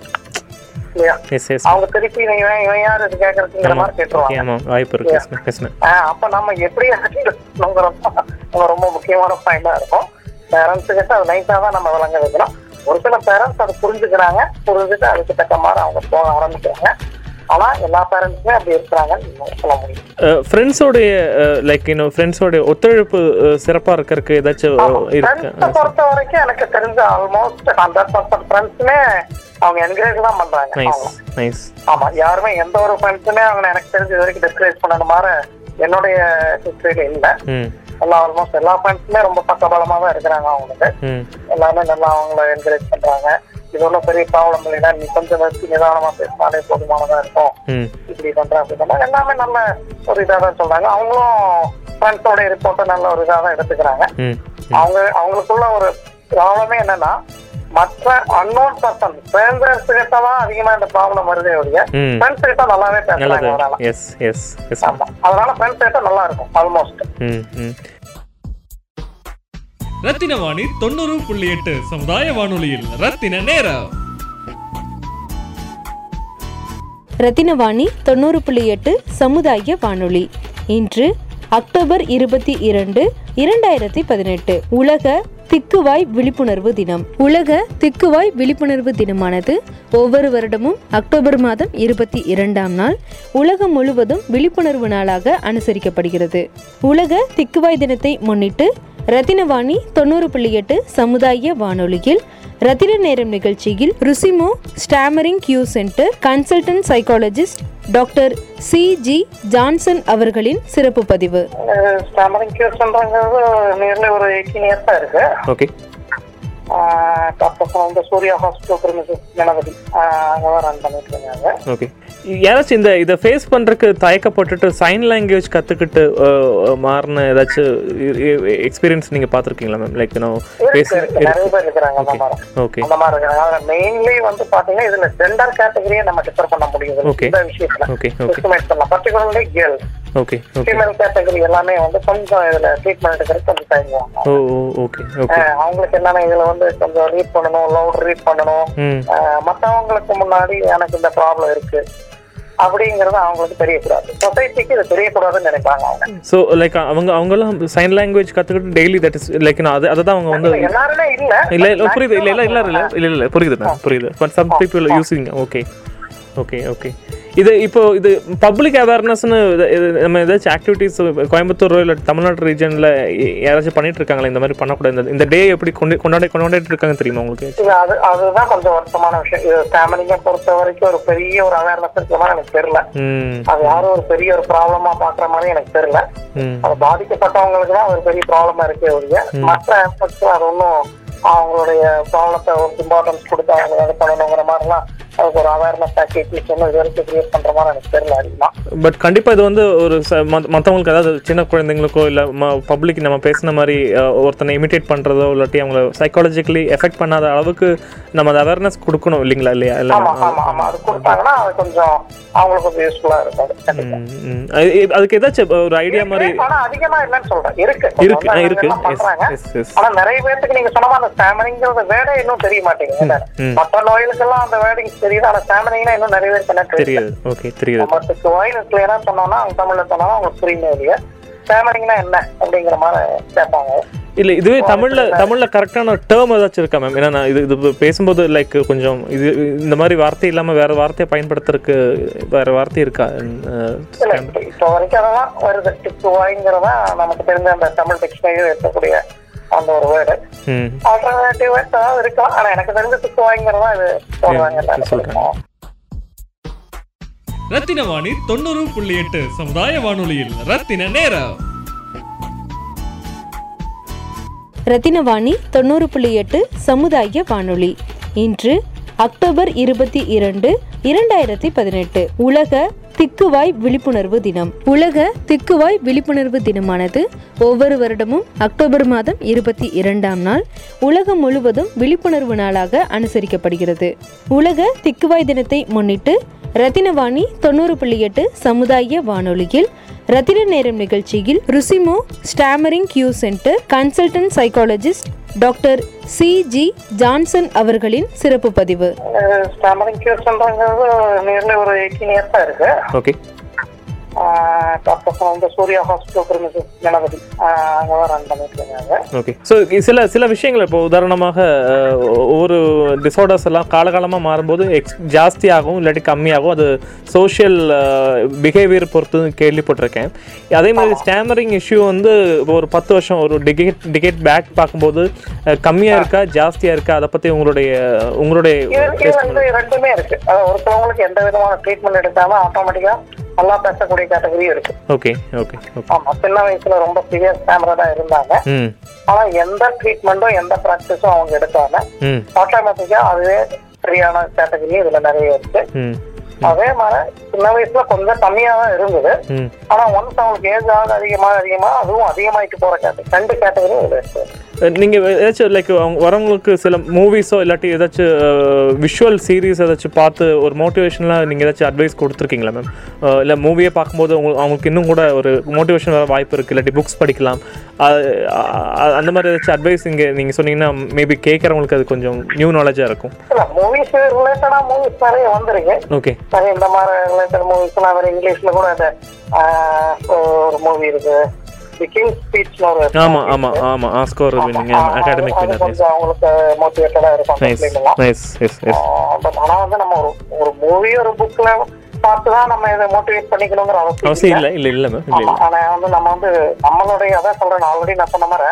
இல்லையா
எஸ் எஸ்
அவங்க திருப்பி இவன் இவன் இவன் யார் இது கேட்கறதுங்கிற மாதிரி கேட்டுருவாங்க
ஆமாம் வாய்ப்பு இருக்கு எஸ் மேம் எஸ் மேம்
ஆஹ் அப்ப நம்ம எப்படி handle பண்ணணுங்கிறது தான் நம்ம ரொம்ப முக்கியமான பாயிண்டா இருக்கும் பேரண்ட்ஸ் கிட்ட அது நைட்டா தான் நம்ம விளங்க வைக்கணும் ஒரு சில பேரண்ட்ஸ் அதை புரிஞ்சுக்கிறாங்க புரிஞ்சுட்டு அதுக்கு தக்க மாதிரி அவங்க போக ஆரம்பிக்கிறாங்க ஆனா எல்லா பேரண்ட்ஸுமே அப்படி இருக்கிறாங்கன்னு சொல்ல முடியும்
Uh, ஃப்ரெண்ட்ஸோடைய லைக் இன்னும் ஃப்ரெண்ட்ஸோடைய ஒத்துழைப்பு சிறப்பாக இருக்கிறதுக்கு ஏதாச்சும் uh, இருக்கு
ஃப்ரெண்ட்ஸை பொறுத்த வரைக்கும் எனக்கு தெரிஞ்ச ஆல்மோஸ்ட் ஹண்ட்ரட் பர்சன்ட் ஃப்ரெண்ட்ஸுமே அவங்க என்கரேஜ் தான் பண்றாங்க
நைஸ்
ஆமா.
நைஸ்
ஆமா யாருமே எந்த ஒரு ஃப்ரெண்ட்ஸுமே அவங்க எனக்கு தெரிஞ்ச இது வரைக்கும் டிஸ்கரேஜ் பண்ண மாதிரி என்னுடைய ஹிஸ்டரியில இல்ல
ம்
எல்லா ஆல்மோஸ்ட் எல்லா ஃப்ரெண்ட்ஸுமே ரொம்ப பக்கபலமா தான் இருக்கிறாங்க அவங்களுக்கு
ம்
எல்லாமே நல்லா அவங்கள என்கரேஜ் பண்றாங்க இது ஒன்றும் பெரிய ப்ராப்ளம் இல்லைன்னா நீ கொஞ்சம் நிறுத்தி நிதானமா பேசினாலே போதுமானதா இருக்கும்
ம்
இப்படி பண்றேன் அப்படி பண்றேன் எல்லாமே நல்ல ஒரு இதாக தான் சொல்றாங்க அவங்களும் ஃப்ரெண்ட்ஸோட ரிப்போர்ட்டை நல்ல ஒரு இதாக தான் எடுத்துக்கிறாங்க
ம்
அவங்க அவங்களுக்குள்ள ஒரு ப்ராப்ளமே என்னன்னா மற்ற அன்னோன் பர்சன் ஃப்ரெண்ட்ஸ் கிட்ட தான் அதிகமா இந்த ப்ராப்ளம் வருதே ஒழிய
ம்
ஃப்ரெண்ட்ஸ் கிட்ட நல்லாவே பேசுறாங்க
Hmm, நல்லது
அதனால
எஸ் எஸ் எஸ் மேம்
ஆமா. அதனால ஃப்ரெண்ட்ஸ் கிட்ட நல்லா இருக்கும் ஆல்மோஸ்ட்
ம் ம்
ரத்தினவாணி தொண்ணூறு புள்ளி எட்டு சமுதாய வானொலியில் ரத்தின நேரம்
ரத்தினவாணி தொண்ணூறு புள்ளி எட்டு சமுதாய வானொலி இன்று அக்டோபர் இருபத்தி இரண்டு இரண்டாயிரத்தி பதினெட்டு உலக திக்குவாய் விழிப்புணர்வு தினம் உலக திக்குவாய் விழிப்புணர்வு தினமானது ஒவ்வொரு வருடமும் அக்டோபர் மாதம் இருபத்தி இரண்டாம் நாள் உலகம் முழுவதும் விழிப்புணர்வு நாளாக அனுசரிக்கப்படுகிறது உலக திக்குவாய் தினத்தை முன்னிட்டு ரத்தினவாணி தொண்ணூறு புள்ளி எட்டு சமுதாய வானொலியில் ரத்தின நேரம் நிகழ்ச்சியில் ருசிமோ stammering Q centre consultant psychologist doctor C G Johnson அவர்களின் சிறப்பு பதிவு
ஸ்டாமரிங் கியூஸ்ன்றது நியர்லி ஒரு எயிட்டீன் இயர்ஸா இருக்கு
ஓகே
டாக்டர் வந்து சூர்யா ஹாஸ்பிட்டல் பிரமிசஸ் கணபதி அங்கே தான் ரன் பண்ணிட்டு இருக்காங்க
ஓகே யாராச்சும் இந்த இதை ஃபேஸ் பண்ணுறக்கு தயக்கப்பட்டுட்டு சைன் லாங்குவேஜ் கற்றுக்கிட்டு மாறின ஏதாச்சும் எக்ஸ்பீரியன்ஸ் நீங்கள் பார்த்துருக்கீங்களா மேம் லைக் நான்
இருக்கு,
பேச
இருக்கு. நிறைய பேர் இருக்கிறாங்க அந்த மாதிரி
ஓகே
அந்த மாதிரி இருக்கிறாங்க அதுல மெயின்லி வந்து பாத்தீங்கன்னா இதுல ஜெண்டர் கேட்டகரியை நம்ம டிஃபர் பண்ண முடியுது
Okay.
இந்த விஷயத்துல
ஓகே ஓகே
டிஸ்கிரிமினேட் பண்ணலாம் particularly girls
okay okay
female category எல்லாமே வந்து கொஞ்சம் இதுல ட்ரீட்மெண்ட் எடுக்கிறது கொஞ்சம் தயங்குவாங்க
oh oh okay okay
ah அவங்களுக்கு என்னன்னா இதுல வந்து கொஞ்சம் ரீட் பண்ணணும் லவுட் ரீட் பண்ணணும்
ம்
அஹ் மத்தவங்களுக்கு முன்னாடி எனக்கு இந்த ப்ராப்ளம் இருக்கு அப்படிங்கறது அவங்களுக்கு தெரியக்கூடாது சொசைட்டிக்கு இது தெரியக்கூடாதுன்னு நினைப்பாங்க அவங்க
ஸோ லைக் அவங்க அவங்கெல்லாம் சைன் லாங்குவேஜ் கற்றுக்கிட்டு டெய்லி தட் இஸ் லைக் நான் அது அதை தான் அவங்க வந்து
எல்லாருமே இல்ல
இல்லை இல்லை புரியுது இல்லை இல்லை இல்லை இல்லை இல்லை இல்லை புரியுது மேம் புரியுது but some people using okay okay okay இது இப்போ இது பப்ளிக் அவேர்னஸ்னு நம்ம ஏதாச்சும் ஆக்டிவிட்டீஸ் கோயம்புத்தூர் இல்லை தமிழ்நாடு ரீஜனில் யாராச்சும் பண்ணிட்டு இருக்காங்களா இந்த மாதிரி பண்ணக்கூடாது இந்த- இந்த டே எப்படி கொண்டு கொண்டாடி கொண்டாடிட்டு இருக்காங்க தெரியுமா உங்களுக்கு
இது அது அதுதான் கொஞ்சம் வருத்தமான விஷயம் இது ஸ்டாமினிங்க பொறுத்த வரைக்கும் ஒரு பெரிய ஒரு அவேர்னஸ் இருக்கிற மாதிரி எனக்கு தெரியல
ம்
அது யாரும் ஒரு பெரிய ஒரு ப்ராப்ளமா பாக்குற மாதிரி எனக்கு தெரியல
ம்
அது பாதிக்கப்பட்டவங்களுக்கு தான் ஒரு பெரிய ப்ராப்ளமா இருக்கே ஒழிய மற்ற ஆஸ்பெக்ட்ஸ் அது ஒன்றும் அவங்களுடைய ப்ராப்ளத்தை ஒரு இம்பார்ட்டன்ஸ் கொடுத்து அவங்க இது பண்ணணுங்கிற மாதிரிலாம் அதுக்கு ஒரு அவேர்னஸ் ஆக்டிவிட்டிஸ் ஒன்று இது வரைக்கும் கிரியேட் பண்ற மாதிரி எனக்கு தெரியல அதிகமா
பட் கண்டிப்பாக இது வந்து ஒரு ச- மத்த- மத்தவங்களுக்கு அதாவது சின்ன குழந்தைங்களுக்கோ இல்லை பப்ளிக் நம்ம பேசின மாதிரி அஹ், ஒருத்தனை இமிட்டேட் பண்ணுறதோ இல்லாட்டி அவங்கள சைக்காலஜிக்கலி எஃபெக்ட் பண்ணாத அளவுக்கு நம்ம அந்த அவேர்னஸ் கொடுக்கணும் இல்லைங்களா இல்லையா இல்லை
ஆமா ஆமா ஆமா அது கொடுத்தாங்கன்னா அது கொஞ்சம் அவங்களுக்கு கொஞ்சம் யூஸ்ஃபுல்லா இருக்காது கண்டிப்பா
ம், ம். அது- இது- அதுக்கு ஏதாச்சும் ஒரு ஐடியா மாதிரி
ஆனா அதிகமா இல்லைன்னு சொல்றேன் இருக்கு
இருக்கு ஆ,
கொஞ்சம்
இருக்கு
எல்லாம்
எஸ்
பண்றாங்க
எஸ் எஸ்
ஆனா நிறைய பேருக்கு நீங்க சொன்ன மாதிரி அந்த ஸ்டாமரிங்கிறத வேர்டே இன்னும் தெரிய மாட்டேங்குது
ம்.
மற்ற நோய்களுக்கெல்லாம் அந்த வேர்டிங் தெரியுது ஆனா ஸ்டாமரிங்னா இன்னும் நிறைய பேருக்கு என்ன தெரியும்
தெரியாது ஓகே தெரியாது
நம்மளுக்கு வாயில் கிளியரா சொன்னோம்னா அவங்க தமிழ்ல சொன்னோம்னா அவங்களுக்கு புரியுமே இல்லையா ஸ்டாமரிங்னா என்ன அப்படிங்கிற மாதிரி கேட்பாங்க
இல்ல இதுவே தமிழ்ல தமிழ்ல கரெக்டான டேர்ம் ஏதாச்சும் இருக்கா மேம் ஏன்னா நான் இது இது இப்ப பேசும்போது லைக் கொஞ்சம் இது இந்த மாதிரி வார்த்தை இல்லாம வேற வார்த்தையை பயன்படுத்துறதுக்கு வேற வார்த்தை இருக்கா அஹ்,
இல்ல இப்ப- இப்ப வரைக்கும் அதெல்லாம் வருது டிக்கு வாய்ங்கிறதான் நமக்கு தெரிஞ்ச அந்த தமிழ் டிக்ஷனரியில் இருக்கக்கூடிய அந்த ஒரு வேர்டு
ம்
ஆல்டர்னேட்டிவ் வேர்ட்ஸ் ஏதாவது இருக்கலாம் ஆனா எனக்கு தெரிஞ்ச டிக்கு வாய்ங்கிறதா இது போடுவாங்க எல்லாரும் சொல்லுவோம்
ரத்தினவாணி தொண்ணூறு புள்ளி எட்டு சமுதாய வானொலியில் ரத்தின நேரம்
ரத்தினவாணி தொண்ணூறு புள்ளி எட்டு சமுதாய வானொலி இன்று அக்டோபர் இருபத்தி இரண்டு இரண்டாயிரத்தி பதினெட்டு உலக திக்குவாய் விழிப்புணர்வு தினம் உலக திக்குவாய் விழிப்புணர்வு தினமானது ஒவ்வொரு வருடமும் அக்டோபர் மாதம் இருபத்தி இரண்டாம் நாள் உலகம் முழுவதும் விழிப்புணர்வு நாளாக அனுசரிக்கப்படுகிறது உலக திக்குவாய் தினத்தை முன்னிட்டு ரத்தினவாணி தொண்ணூறு புள்ளி எட்டு சமுதாய வானொலியில் ரத்தின நேரம் நிகழ்ச்சியில் ருசிமோ stammering Q centre consultant psychologist doctor C G Johnson அவர்களின் சிறப்பு பதிவு
ஸ்டாமரிங் கியூஸ்ன்றது நியர்லி ஒரு எயிட்டீன் இயர்ஸா இருக்கு
ஓகே
டாக்டர் வந்து சூர்யா ஹாஸ்பிட்டல் பிரிமிசஸ் கணபதி அங்கே ரன் பண்ணிட்டு இருக்காங்க
ஓகே ஸோ சில சில விஷயங்கள் இப்போ உதாரணமாக அஹ், ஒவ்வொரு டிசார்டர்ஸ் எல்லாம் காலகாலமாக மாறும்போது எக்ஸ் ஜாஸ்தியாகும் இல்லாட்டி கம்மியாகும் அது சோஷியல் பிஹேவியர் பொறுத்து கேள்விப்பட்டிருக்கேன் அதே மாதிரி ஸ்டாமரிங் இஷ்யூ வந்து இப்போ ஒரு பத்து வருஷம் ஒரு டிகேட் டிகேட் பேக் பார்க்கும்போது கம்மியாக இருக்கா ஜாஸ்தியாக இருக்கா அதை பற்றி உங்களுடைய உங்களுடைய
இது இது வந்து ரெண்டுமே இருக்கு அதாவது ஒருத்தவங்களுக்கு எந்த விதமான ட்ரீட்மெண்ட் எடுக்காம ஆட்டோமேட்டிக்கா நல்லா பேசக்கூடிய கேட்டகரியும் இருக்கு
ஓகே ஓகே ஓகே
ஆமா சின்ன வயசுல ரொம்ப சீரியஸ் கேமரா தான் இருந்தாங்க
ம்
ஆனா எந்த ட்ரீட்மெண்ட்டும் எந்த ப்ராக்டிஸும் அவங்க எடுக்காம
ம்
ஆட்டோமேட்டிக்கா அதுவே சரியான கேட்டகரியும் இதுல நிறைய இருக்கு
ம்
அதே மாதிரி சின்ன வயசுல கொஞ்சம் கம்மியா தான் இருந்தது
ம்
ஆனா ஒன்ஸ் அவங்களுக்கு ஏஜ் ஆக அதிகமா அதிகமா அதுவும் அதிகமாயிட்டு போற கேட்டகரி ரெண்டு கேட்டகரியும் இதுல இருக்கு
நீங்கள் ஏதாச்சும் லைக் அவங்க வரவங்களுக்கு சில மூவிஸோ இல்லாட்டி ஏதாச்சும் விஷுவல் சீரிஸ் ஏதாச்சும் பார்த்து ஒரு மோட்டிவேஷனலாக நீங்கள் ஏதாச்சும் அட்வைஸ் கொடுத்துருக்கீங்களா மேம் இல்லை மூவியை பார்க்கும்போது உங்களுக்கு அவங்களுக்கு இன்னும் கூட ஒரு மோட்டிவேஷன் வர வாய்ப்பு இருக்குது இல்லாட்டி புக்ஸ் படிக்கலாம் அது, அ- அ- அந்த மாதிரி ஏதாச்சும் அட்வைஸ் இங்கே நீங்கள் சொன்னீங்கன்னா மேபி கேட்குறவங்களுக்கு அது கொஞ்சம் நியூ நாலேஜாக இருக்கும்
இல்ல மூவிஸ் ரிலேட்டடா மூவிஸ் நிறைய வந்திருக்கு
ஓகே
நிறைய இந்த மாதிரி ரிலேட்டட் மூவிஸ்லாம் வேற இங்கிலீஷ்ல கூட அந்த ஆஹ், ஒரு மூவி இருக்கு தி கிங் ஸ்பீச்னு ஒரு
ஆமாம் ஆமாம் ஆமாம் ஆஸ்கோர் வின்னிங் அகாடமிக்
அது
வின்னர்
கொஞ்சம் அவங்களுக்கு மோட்டிவேட்டடா இருக்கும்
நைஸ்
பிள்ளைங்கலாம்.
Nice yes yes
ah, but ஆனா வந்து நம்ம ஒரு ஒரு மூவி ஒரு புக்ல பார்த்துதான் நம்ம இதை மோட்டிவேட் பண்ணிக்கணுங்கிற அவசியம் இல்லை.
அவசியம் இல்லை இல்லை இல்லை மேம் இல்லை
ஆமா, ஆனா வந்து நம்ம வந்து நம்மளுடைய அதான் சொல்றேன் ஆல்ரெடி நான் சொன்ன மாதிரி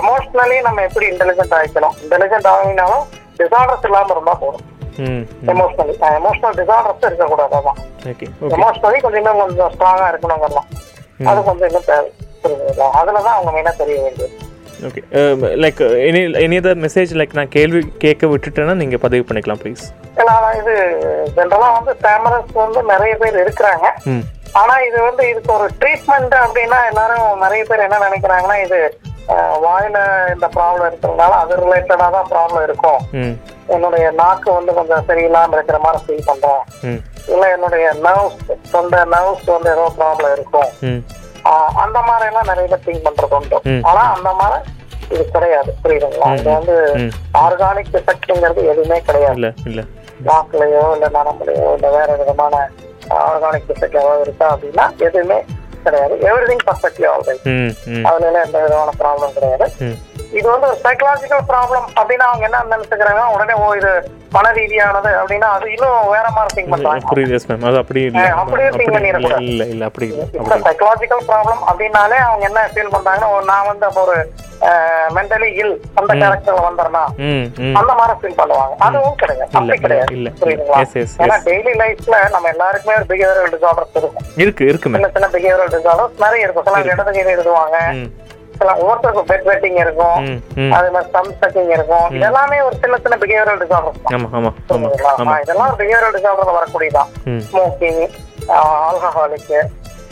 எமோஷனலி நம்ம எப்படி இன்டெலிஜென்ட் ஆகிக்கணும் இன்டெலிஜென்ட் ஆகினாலும் டிசார்டர்ஸ் இல்லாம இருந்தா போதும்
ம்
எமோஷனலி எமோஷனல் டிசார்டர்ஸ் இருக்கக்கூடாது அதான்
ஓகே ஓகே
எமோஷனலி கொஞ்சம் இன்னும் கொஞ்சம் ஸ்ட்ராங்கா இருக்கணுங்கிறலாம் அது கொஞ்சம் இன்னும் தேவை புரியுதுங்களா அதுலதான் அவங்க மெயினா தெரிய வேண்டியது
okay like any any other message like நான் கேள்வி கேட்க விட்டுட்டேன்னா நீங்கள் பதிவு பண்ணிக்கலாம் ப்ளீஸ்
ஏன்னா ஆனா இது ஜென்ரலா வந்து டேமரஸ் வந்து நிறைய பேர் இருக்கிறாங்க
ம்
ஆனா இது வந்து இதுக்கு ஒரு ட்ரீட்மெண்ட் அப்படின்னா எல்லாரும் நிறைய பேர் என்ன நினைக்கிறாங்கன்னா இது அஹ், வாயில இந்த ப்ராப்ளம் இருக்கிறதுனால அது ரிலேட்டடா தான் ப்ராப்ளம் இருக்கும்
ம்
என்னுடைய நாக்கு வந்து கொஞ்சம் சரியில்லாம இருக்கிற மாதிரி ஃபீல் பண்றேன்
ம்
இல்ல என்னுடைய நர்வ்ஸ் சொந்த நர்வ்ஸ் வந்து ஏதோ ப்ராப்ளம் இருக்கும்
ம்
ஆஹ் அந்த மாதிரி எல்லாம் நிறைய பேர் திங்க் பண்றது உண்டு ஆனா அந்த மாதிரி இது கிடையாது புரியுதுங்களா இது வந்து ஆர்கானிக் எஃபெக்ட்ங்கிறது எதுவுமே கிடையாது
இல்லை இல்லை
நாக்குலயோ இல்ல நரம்புலயோ இல்ல வேற விதமான ஆர்கானிக் எஃபெக்ட் ஏதாவது இருக்கா அப்படின்னா எதுவுமே கிடையாது எவ்ரி திங் பர்ஃபெக்ட்லி ஆல்ரைட்
ம் ம்
அதுல எல்லாம் எந்த விதமான ப்ராப்ளம் கிடையாது
ம்
இது வந்து ஒரு சைக்கலாஜிக்கல் ப்ராப்ளம் அப்படின்னு அவங்க என்ன நினைச்சுக்கிறாங்க உடனே ஓ இது மன ரீதியானது அப்படின்னா அது இன்னும் வேற மாதிரி திங்க் பண்றாங்க
புரியுது எஸ் மேம் அது அப்படி இல்லை
ஏய், அப்படியே think பண்ணிடக்கூடாது.
இல்லை இல்லை அப்படி இல்லை
இப்போ
அப்படி
சைக்கலாஜிக்கல் ப்ராப்ளம் அப்படின்னாலே அவங்க என்ன ஃபீல் பண்றாங்கன்னா ஓ, நான் வந்து அப்போ ஒரு மென்டலி இல் அந்த கேரக்டர்ல வந்துடுறேன்
ம் ம்
அந்த மாதிரி ஃபீல் பண்ணுவாங்க அதுவும் கிடையாது அப்படி
இல்ல, இல்ல,
கிடையாது
இல்ல.
புரியுதுங்களா
Yes, yes, yes.
ஏன்னா டெய்லி லைஃப்ல நம்ம எல்லாருக்குமே ஒரு பிஹேவியரல் டிசார்டர்ஸ் இருக்கும்
இருக்கு இருக்கு மேம்
சின்ன சின்ன பிஹேவியரல் டிசார்டர்ஸ் நிறைய இருக்கும் சில இடத்துக்கு எழுதுவாங்க
ம்
சில ஒவ்வொருத்தருக்கும் பெட் வெட்டிங் இருக்கும்
ம், ம்.
அதே மாதிரி சம் சக்கிங் இருக்கும் இதெல்லாமே ஒரு சின்ன சின்ன பிஹேவியரல் டிசார்டர்ஸ் தான்
ஆமா ஆமா ஆமா
புரியுதுங்களா?
ஆமா
ஆ, இதெல்லாம் பிஹேவியரல் டிசார்டர்ல வரக்கூடியதான்
ம்
ஸ்மோக்கிங் ஆல்கஹாலிக்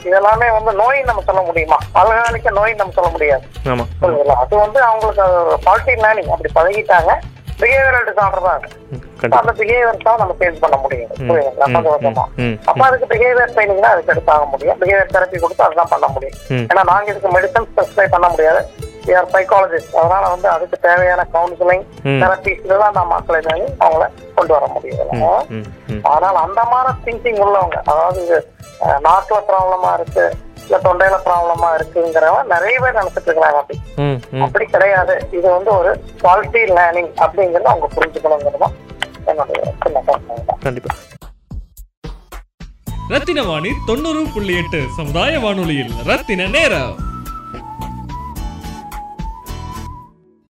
இதெல்லாமே வந்து நோய் நம்ம சொல்ல முடியுமா ஆல்கஹாலிக்க நோய் நம்ம சொல்ல முடியாது
ஆமா
புரியுதுங்களா அது வந்து அவங்களுக்கு அது ஒரு ஃபால்ட்டி லேர்னிங் அப்படி பழகிட்டாங்க பிஹேவியரல் டிசார்டர் தான் அது.
ம், கண்டிப்பா
அந்த பிஹேவியர் தான் நம்ம சேஞ்ச் பண்ண முடியும்
ம்,
புரியுதுங்களா
ம்,
கொஞ்சம் கொஞ்சமா
ம், ம்,
அப்ப அதுக்கு பிஹேவியர் ட்ரைனிங் தான் அதுக்கு எடுத்தாக முடியும் பிஹேவியர் தெரப்பி கொடுத்து அதுதான் பண்ண முடியும்
ம்.
ஏன்னா நாங்க இதுக்கு மெடிசன் ஸ்பெசிஃபை பண்ண முடியாது ஏஆர் சைக்காலஜிஸ்ட் அதனால வந்து அதுக்கு தேவையான கவுன்சிலிங்
ம்.
தெரபிஸ் தான் நான் மக்களை நானு அவங்கள கொண்டு வர முடியும்
ம் ம்
ஆனால் அந்த மாதிரி திங்கிங் உள்ளவங்க அதாவது இது அஹ், நாக்குல ப்ராப்ளமா இருக்கு இல்ல தொண்டையில ப்ராப்ளமா இருக்குங்கிறவங்க நிறைய பேர் நினைச்சிட்டு இருக்கிறாங்க அப்படி
ம் ம்
அப்படி கிடையாது இது வந்து ஒரு குவாலிட்டி லேர்னிங் அப்படிங்கறத அவங்க புரிஞ்சுக்கணுங்கிறது தான் என்னுடைய சின்ன கருத்து தான்
கண்டிப்பா
ரத்தின வாணி தொண்ணூறு புள்ளி எட்டு சமுதாய வானொலியில் ரத்தின நேரம்